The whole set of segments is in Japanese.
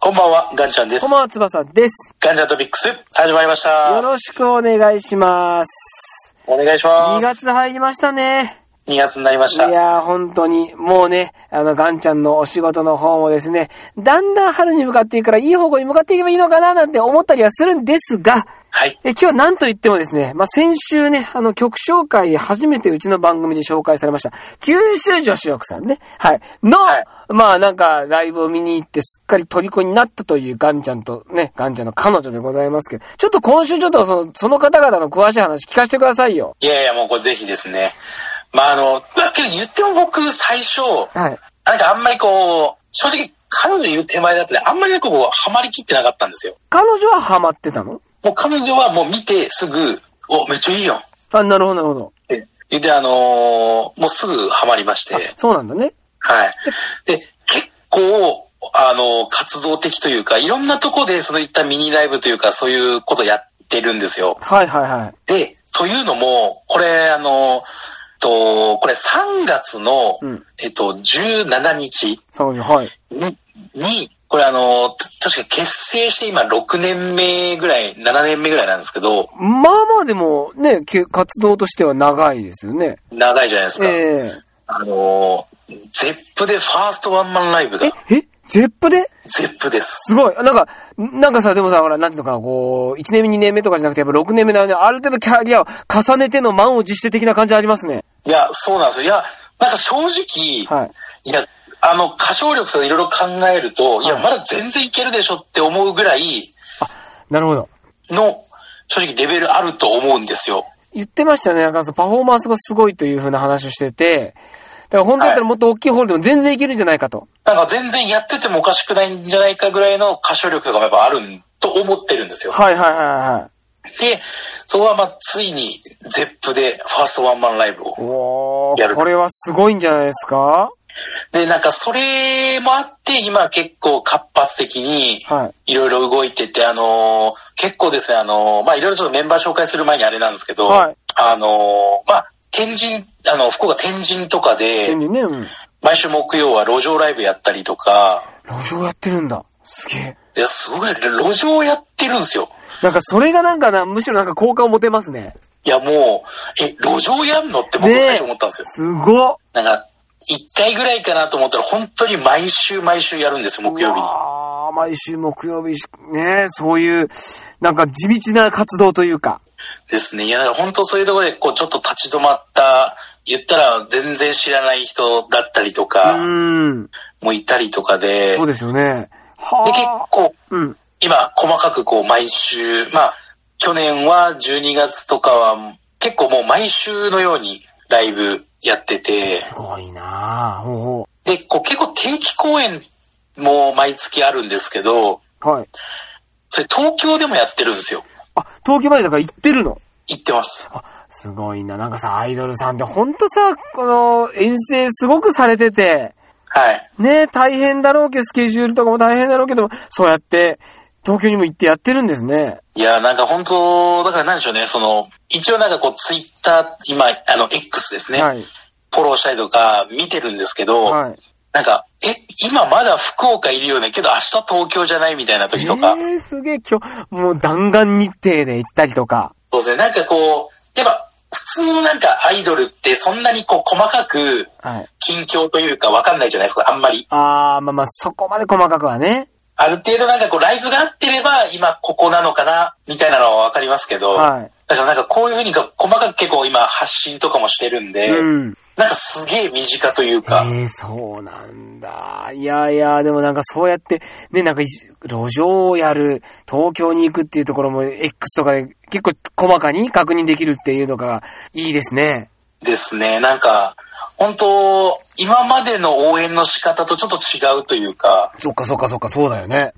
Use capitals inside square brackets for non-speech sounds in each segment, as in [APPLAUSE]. こんばんは、ガンちゃんですこん。ばんは、つばさです。ガンちゃんトピックス、始まりましよた。ろしくお願いします。お願いし2ます。月入りましたね。 2月になりましいた。やー、本当に、もうね、あの、ガンちゃんのお仕事の方もですね、だんだん春に向かっていくから、いい方向に向かっていけばいいのかな、なんて思ったりはするんですが、はい。え今日は何と言ってもですね、まあ、先週ね、あの、曲紹介で初めてうちの番組で紹介されました、九州女子力さんね、はい、の、はいまあ、なんか、ライブを見に行ってすっかり虜になったというガンちゃんとね、ガンちゃんの彼女でございますけど、ちょっと今週ちょっとその、その方々の詳しい話聞かせてくださいよ。いやいや、もうこれぜひですね。まあ、あの、まあ、けど言っても僕、最初、はい。なんかあんまりこう、正直、彼女言う手前だったんで、あんまりこう、ハマりきってなかったんですよ。彼女はハマってたのもう彼女はもう見てすぐ、お、めっちゃいいやんっあ、なるほど、なるほど。て言って、あのーもうすぐハマりまして。そうなんだね。はい。で、結構、あの、活動的というか、いろんなとこでそういったミニライブというか、そういうことやってるんですよ。はいはいはい。で、というのも、これ、あの、と、これ3月の、うんえっと、17日彼女、はい。に、にこれあの、た確か結成して今6年目ぐらい、7年目ぐらいなんですけど、まあまあでも、ね、き活動としては長いですよね。長いじゃないですか。えあの、ゼップでファーストワンマンライブがえ、え、え、ゼップですゼップです。すごい。なんか、なんかさ、でもさ、ほら、なんていうのかな、こう、1年目、2年目とかじゃなくて、やっぱ6年目なので、ある程度キャリアを重ねての満を持して的な感じありますね。いや、そうなんですよ。いや、なんか正直、はい。いや、あの、歌唱力とかいろいろ考えると、いや、はいまだ全然いけるでしょって思うぐらいなるほど。の、正直レベルあると思うんですよ。言ってましたよね、なんかそのパフォーマンスがすごいという風な話をしてて、だから本当だったらもっと大きいホールでも全然いけるんじゃないかと。なんか全然やっててもおかしくないんじゃないかぐらいの歌唱力がやっぱあるんと思ってるんですよ。はいはいはいはで、そこはまあ、ついに、ゼップでファーストワンマンライブい。を。おやー、るこれはすごいんじゃないですかで、なんかそれもあって、今結構活発的に、はい。いろいろ動いてて、あのー結構ですね、あのーまあ、いろいろちょっとメンバー紹介する前にあれなんですけど、はいあのーまあ、天神、あの、福岡天神とかで全、然ね、うん。毎週木曜は路上ライブやったりとか、路上やってるんだ。すげえ。いや、すごい、路上やってるんですよ。なんかそれがなんかな、むしろなんか好感を持てますね。いや、もう、え、路上やんのって僕ねえ最初思ったんですよ。すごっ。なんか、一回ぐらいかなと思ったら、本当に毎週毎週やるんですよ、木曜日に。ああ、毎週木曜日し、ねそういう、なんか地道な活動というか。ですね。いや、だから本当そういうところで、こう、ちょっと立ち止まった、言ったら全然知らない人だったりとうか、ーん。もういたりとかで、でそうですよね。結はあ。構うん。今細かくこう毎週、まあ去年は12月とかは結構もう毎週のようにライブやってて、すごいなあほうほで、こう結構定期公演も毎月あるんですけど、う。はい。それ東京でもやってるんですよ。あ、東京までだから行ってるの。行ってます。すごいな。なんかさ、アイドルさんってほんとさ、この、遠征すごくされてて、はい。ね大変だろうけど、スケジュールとかも大変だろうけど、そうやって、東京にも行ってやってるんですね。いや、なんか本当、だからなんでしょうね、その、一応なんかこうツイッター、今、あの、X ですね、はい。フォローしたりとか見てるんですけど、はい。なんか、え、今まだ福岡いるよね、けど明日東京じゃないみたいな時とか、えー、すげえ、今日、もう弾丸日程で行ったりとか。そうですね、なんかこう、やっぱ、普通のなんかアイドルってそんなにこう細かくはい。近況というかわかんないじゃないですか、あんまり。あー、まあまあ、そこまで細かくはね。ある程度なんかこうライブがあってれば今ここなのかな、みたいなのはわかりますけど、はだからなんかこういうふうにか細かく結構今発信とかもしてるんい。で、うん。なんかすげえ身近というえか、ー、そうなんだ。いやいや、でもなんかそうやって、ね、なんかい、路上をやる、東京に行くっていうところも、X とかで結構細かに確認できるっていうのが、いいですね。ですね。なんか、本当今までの応援の仕方とちょっと違うというか、そっかそっかそっか、そうだよね。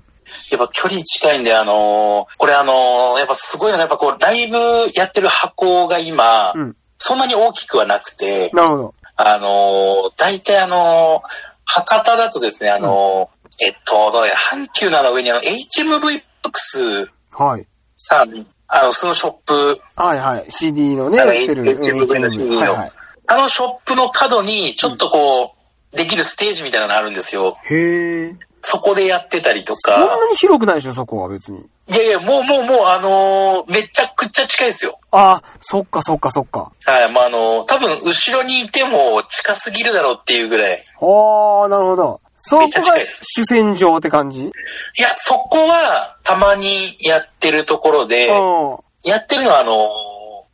やっぱ距離近いんで、あのーこれあのーやっぱすごいのが、やっぱこう、ライブやってる箱が今、うん。そんなに大きくはなくて、なるほど。あのー大体あのー博多だとですね、あのーえっと、どうだろう阪急なの上にあの、HMV ブックスはい。さん、あの、そのショップ、はいはい。CD のね、あの売ってる。 HMV の CD のはいはい。あのショップの角に、ちょっとこう、できるステージみたいなのがあるんですよ。へー。そこでやってたりとそんか、なに広くないでしょ、そこは別に。いやいや、もうもうもう、あのーめちゃくちゃ近いですよ。ああ、そっかそっかそっか。はい、まあ、あのー多分、後ろにいても近すぎるだろうっていうぐらい。ああ、なるほど。そこめがっちゃ近いです主戦場って感じいや、そこは、たまにやってるところで、うん。やってるのは、あのー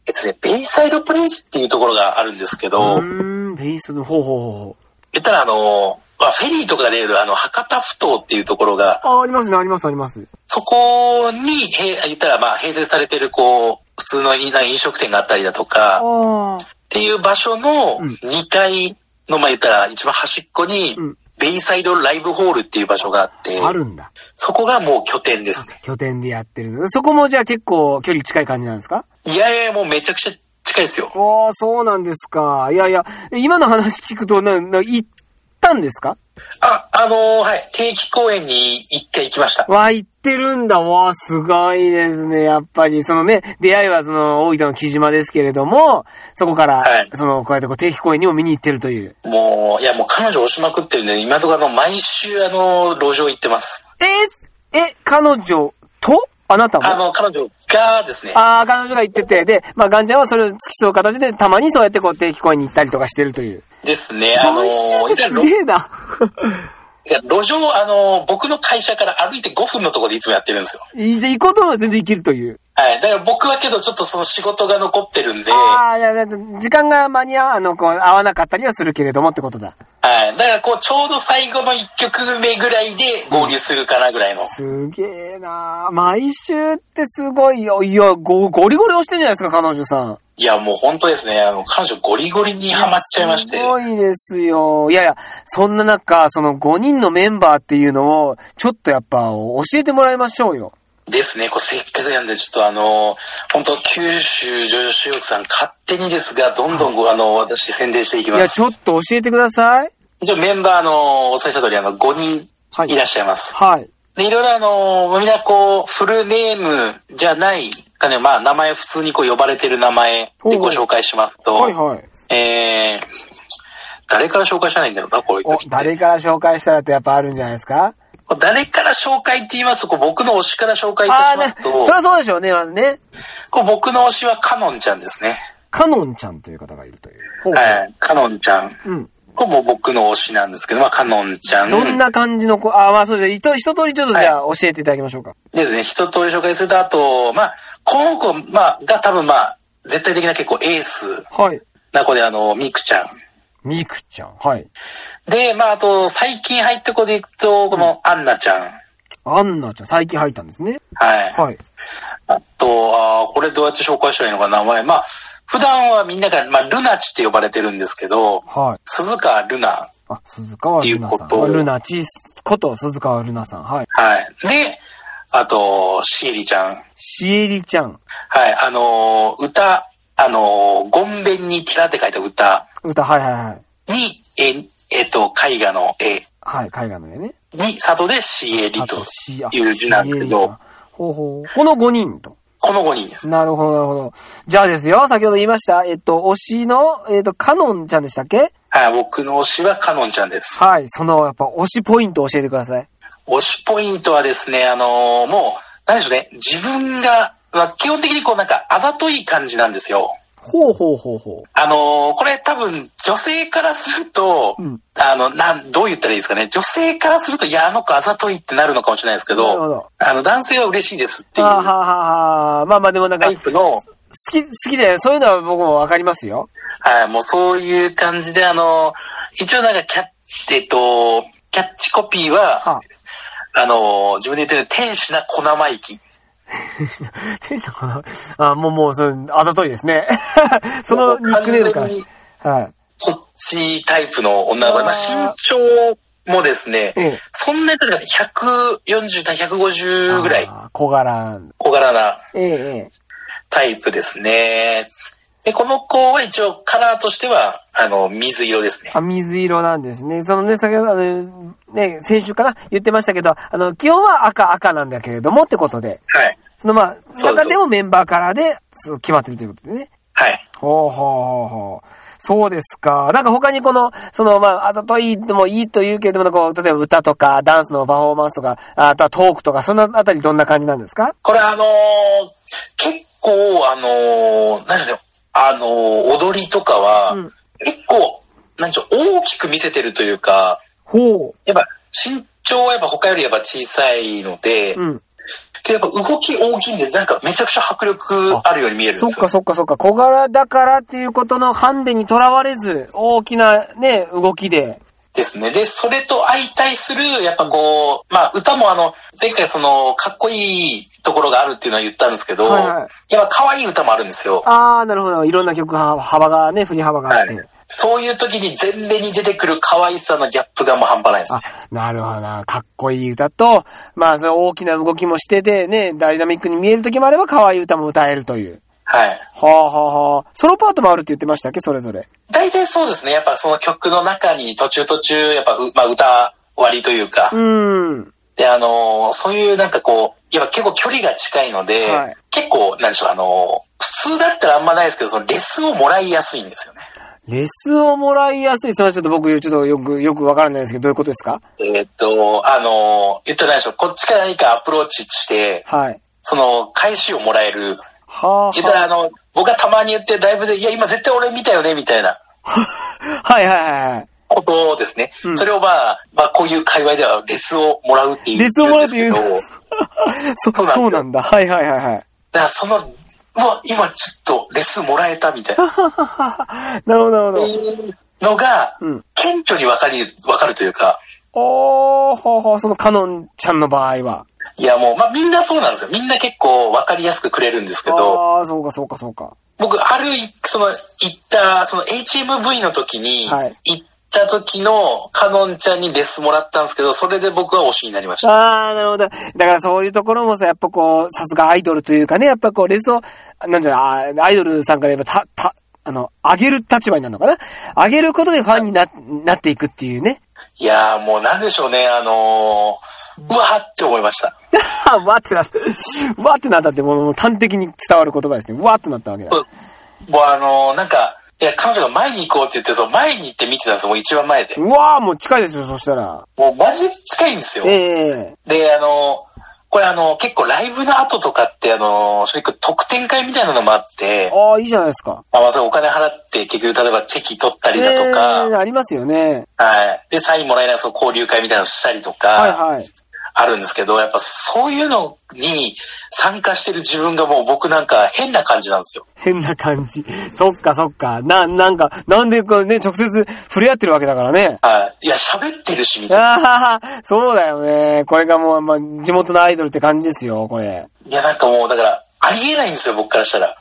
えっとね、ベイサイドプレイスっていうところがあるんですけど、うーん、ベースの、ほうほうほうほ言ったら、あのーまあ、フェリーとかで出る、あの、博多ふ頭っていうところが、う。ああ、ありますね、あります、あります。そこに、へ言ったら、まあ、併設されてる、こう、普通のいな飲食店があったりだとあか、っあ。ていう場所のうん2階の、まあ、言ったら、一番端っこにうん、ベイサイドライブホールっていう場所があって、あるんだ。そこがもう拠点ですね。拠点でやってる。そこもじゃあ結構距離近い感じなんですかいやいや、もうめちゃくちゃ近いですよ。おー、そうなんですか。いやいや、今の話聞くと、な、な、行ったんですかあ、あのーはい、定期公演に一回行きました。わ、行ってるんだ。わー、すごいですね。やっぱり、そのね、出会いはその、大分の木島ですけれども、そこから、はいその、こうやってこう定期公演にも見に行ってるという。もう、いや、もう彼女押しまくってるんで、今のところあの、毎週あの、路上行ってます。えーえ、彼女とあなたもあの、彼女がですね、ああ、彼女が行ってて、で、まあ、ガンちゃんはそれを付き添う形で、たまにそうやってこう定期公演に行ったりとかしてるという。ですね、あのー毎週ってすいげえな。や路上、あのー僕の会社から歩いて5分のところでいつもやってるんですよ。 [LAUGHS] いいじゃあ行こうと思えば全然行けるという。はい。だから僕はけど、ちょっとその仕事が残ってるんで、はああ、いやだって時間が間に合わ、あの、こう、合わなかったりはするけれどもってことだ。い。だからこう、ちょうど最後の1曲目ぐらいで合流するかなぐらいの。すげえな毎週ってすごいよ。いや、ごゴリゴリ押してんじゃないですか、彼女さん。いや、もう本当ですね、あの、彼女ゴリゴリにハマっちゃいましてす。ごいですよ。いやいや、そんな中、その5人のメンバーっていうのを、ちょっとやっぱ教えてもらいましょうよ。ですね、こうせっかくなんで、ちょっとあの、本当九州女優主力さん、勝手にですが、どんどんご、あの、私宣伝していきいまや、す。ちょっと教えてください。一応メンバーあの、お伝えした通り、あの、5はい人いらっしゃいます。はい。で、いろいろあの、みんなこう、フルネームじゃない、かね、まあ、名前普通にこう呼ばれてる名前でご紹介しますと、はいはい。えー、誰から紹介しないんだろうな、こういうお時、って。誰から紹介したらってやっぱあるんじゃないですか誰から紹介って言いますと、こう僕の推しから紹介いたああしー、ね、ますそと、りゃそうでしょうね、まずね。こう僕の推しはカノンちゃんですね。カノンちゃんという方がいるという。ほうほうはい、カノンちゃん。うん。ほぼ僕の推しなんですけど、まあ、かのんちゃん。どんな感じの子、あ、まあそうじゃ、一一通りちょっとじはいゃあ教えていただきましょうか。ですね、一通り紹介すると、あと、まあ、この子、まあ、が多分まあ、絶対的な結構エースはい。な子で、あの、ミクちゃん。ミクちゃん。はい。で、まあ、あと、最近入った子でいくと、この、アンナちゃん。アンナちゃん、最近入ったんですね。はい。はい。あと、あーこれどうやって紹介したらいいのかな、名前。まあ、普段はみんなから、まあ、ルナチって呼ばれてるんですけど、はい。鈴川ルナ。あ、鈴川ルナさっていうことん。ルナチスこと鈴川ルナさん。はい。はい。で、あと、シエリちゃん。シエリちゃん。はい、あのー歌、あのーゴンベンに寺って書いた歌歌、はいはいはい。に、え、えっと、絵画の絵はい、海外の絵ね。に、里で CAD あとシあいう字なんですけど、。ほうほう。この5人と。この5人です。なるほど、なるほど。じゃあですよ、先ほど言いました、えっと、推しの、えっと、カノンちゃんでしたっけはい、僕の推しはカノンちゃんです。はい、その、やっぱ、推しポイントを教えてください。推しポイントはですね、あのーもう、なんでしょうね、自分が、まあ、基本的にこうなんかあざとい感じなんですよ。ほうほうほうほあのーこれ多分女性からすると、うんあの、なん、どう言ったらいいですかね。女性からすると、いや、あの子あざといってなるのかもしれないですけなるど、ほどあの、男性は嬉しいですってう。いあうはははは。まあまあでもなんか、タイ好プの、き、好きで、そういうのは僕もわかりますよ。はい、もうそういう感じで、あのー一応なんかキャッ、えっと、キャッチコピーは、はあのー自分で言ってる天使な小生意気。あ、 [LAUGHS] 天使の子なあ、もうもう、それ、あざといですね。 [LAUGHS] そのニックネームからして。はい。そっちタイプの女の子で、まあ、あ身長もですね、ええそんなに高くない140対150ぐらいあー小柄。小柄なええ、ええ。タイプですね。で、この子は一応カラーとしては、あの、水色ですね。あ、水色なんですね。そのね、先ほど、あの、ね、先週から言ってましたけど、あの、基本は赤赤なんだけれどもってことで、はい。そのまあ、そうそう中でもメンバーカラーでそう決まってるということでね。はい。ほうほうほうほう。そうですか。なんか他にこの、その、まあ、あざといでもいいというけれども、こう、例えば歌とか、ダンスのパフォーマンスとか、あとはトークとか、そんなあたりどんな感じなんですかこれあのー結構あのー、なんでしょう、あのー踊りとかは、うん結構、なんでしょう、大きく見せてるというか、ほやっぱ身長はやっぱ他よりやっぱ小さいので、うん。けどやっぱ動き大きいんで、なんかめちゃくちゃ迫力あるように見えるんそでっすよか。そっかそっか。小柄だからっていうことのハンデにとらわれず、大きなね、動きで。ですね。で、それと相対する、やっぱこう、まあ歌もあの、前回その、かっこいいところがあるっていうのは言ったんですけど、はいはいやっぱ可愛い歌もあるんですよ。あー、なるほど。いろんな曲は幅がね、振り幅があって。はいそういう時に全面に出てくる可愛さのギャップがもう半端ないですね。あ、なるほどな。かっこいい歌と、まあ、その大きな動きもしてて、ね、ダイナミックに見える時もあれば、可愛い歌も歌えるという。はい。はあ、はあはあ、ソロパートもあるって言ってましたっけそれぞれ。大体そうですね。やっぱその曲の中に途中途中、やっぱう、まあ歌割りというかう、ーん。で、あのーそういうなんかこう、やっぱ結構距離が近いので、はい結構、なんでしょう、あのー普通だったらあんまないですけど、そのレッスンをもらいやすいんですよね。レスをもらいやすい。それはちょっと僕、ちょっとよく、よくわからないですけど、どういうことですかえーっと、あのー言ったら何でしょう、こっちから何かアプローチして、はい。その、返しをもらえる。はあ、言ったはらあの、僕がたまに言ってライブで、いや、今絶対俺見たよね、みたいなあ。はいはいはいはい。ことをですね。うんそれをまあ、まあ、こういう界隈ではレスをもらうっていう。レスをもらうっていうんですけどでそそうなんですよそうなんだ。はいはいはいはい。だからその、うわ、今ちょっとレスもらえたみたいな。なるほど、なるほってど。いうのが、うん顕著に分かり、分かるというか、おー、はあはあ、そのカノンちゃんの場合は。いやもう、まあみんなそうなんですよ。みんな結構分かりやすくくれるんですけど、ああ、そうかそうかそうか。僕、ある、その、行った、その HMV の時に、はい行った時のカノンちゃんにレスもらったんですけど、それで僕は推しになりました。ああ、なるほど。だからそういうところもさ、やっぱこう、さすがアイドルというかね、やっぱこう、レスを、なんじゃ、あーアイドルさんから言えば、た、た、あの、上げる立場になるのかな上げることでファンにな、なっていくっていうね。 [LAUGHS] いやもうなんでしょうね、あのーうわーって思いました。わーってなった。わーってなったって、もう端的に伝わる言葉ですね。わーってなったわけだ。もうあのーなんか、いや、彼女が前に行こうって言って、その前に行って見てたんですよ、もう一番前で。うわー、もう近いですよ、そしたら。もうマジで近いんですよ。ええで、あの、これあの、結構ライブの後とかって、あの、それ特典会みたいなのもあって、ああ、いいじゃないですか。まあ、まあそれお金払って、結局、例えばチェキ取ったりだとえか、ーありますよね。はい。で、サインもらいながらその交流会みたいなのしたりとはいか、はい。あるんですけど、やっぱそういうのに参加してる自分がもう僕なんか変な感じなんですよ。変な感じ。そっかそっか。な、なんか、なんでこうね、直接触れ合ってるわけだからね。はい。いや、喋ってるし、みたいな。ああ、そうだよね。これがもう、まあ、地元のアイドルって感じですよ、これ。いや、なんかもう、だから、ありえないんですよ、僕からしたら。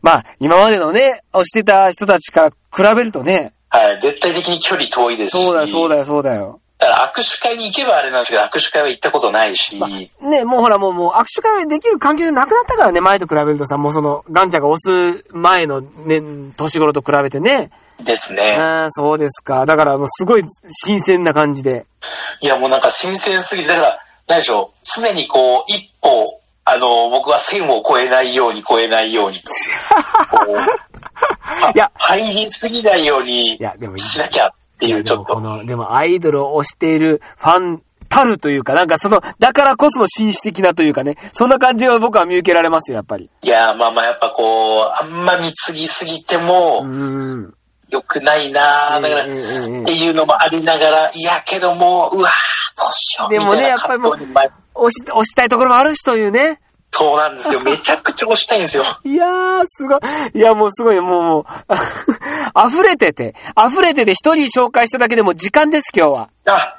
まあ、今までのね、推してた人たちから比べるとね。はい。絶対的に距離遠いですし。そうだよ、そうだよ、そうだよ。だから握手会に行けばあれなんですけど、握手会は行ったことないし。ね、もうほら、もう、もう、握手会できる環境でなくなったからね、前と比べるとさ、もうその、ガンちゃんが推す前のね、年頃と比べてね。ですね。ああ、そうですか。だから、もうすごい新鮮な感じで。いや、もうなんか新鮮すぎて、だから、何でしょう、常にこう、一歩、あの、僕は線を越えないように、越えないように。 [LAUGHS] こうあいや入りすぎないようにいやでもいいしなきゃっていいやう、ちでょもっ。ことの、でもアイドルを推しているファンたるというか、なんかその、だからこその紳士的なというかね、そんな感じを僕は見受けられますよ、やっぱり。いや、まあまあ、やっぱこう、あんま見すぎすぎてうも、ーん。良くないなあだから、ええええええっていうのもありながら、いや、けどもう、うわーどうしよう。でもねみたいなやっぱりもう葛藤に前推し、推したいところもあるしというね。そうなんですよ。めちゃくちゃ押したいんです [LAUGHS] よ。いやー、すごい。いや、もうすごい、もう、 [LAUGHS] もう、溢れてて、溢れてて一人紹介しただけでもう時間です、今日は。あ、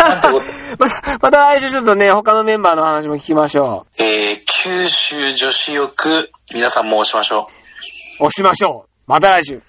なんてこと。また、また来週ちょっとね、他のメンバーの話も聞きましょえー、九州女子浴、皆さんも押しましょう。う。推しましょう。また来週。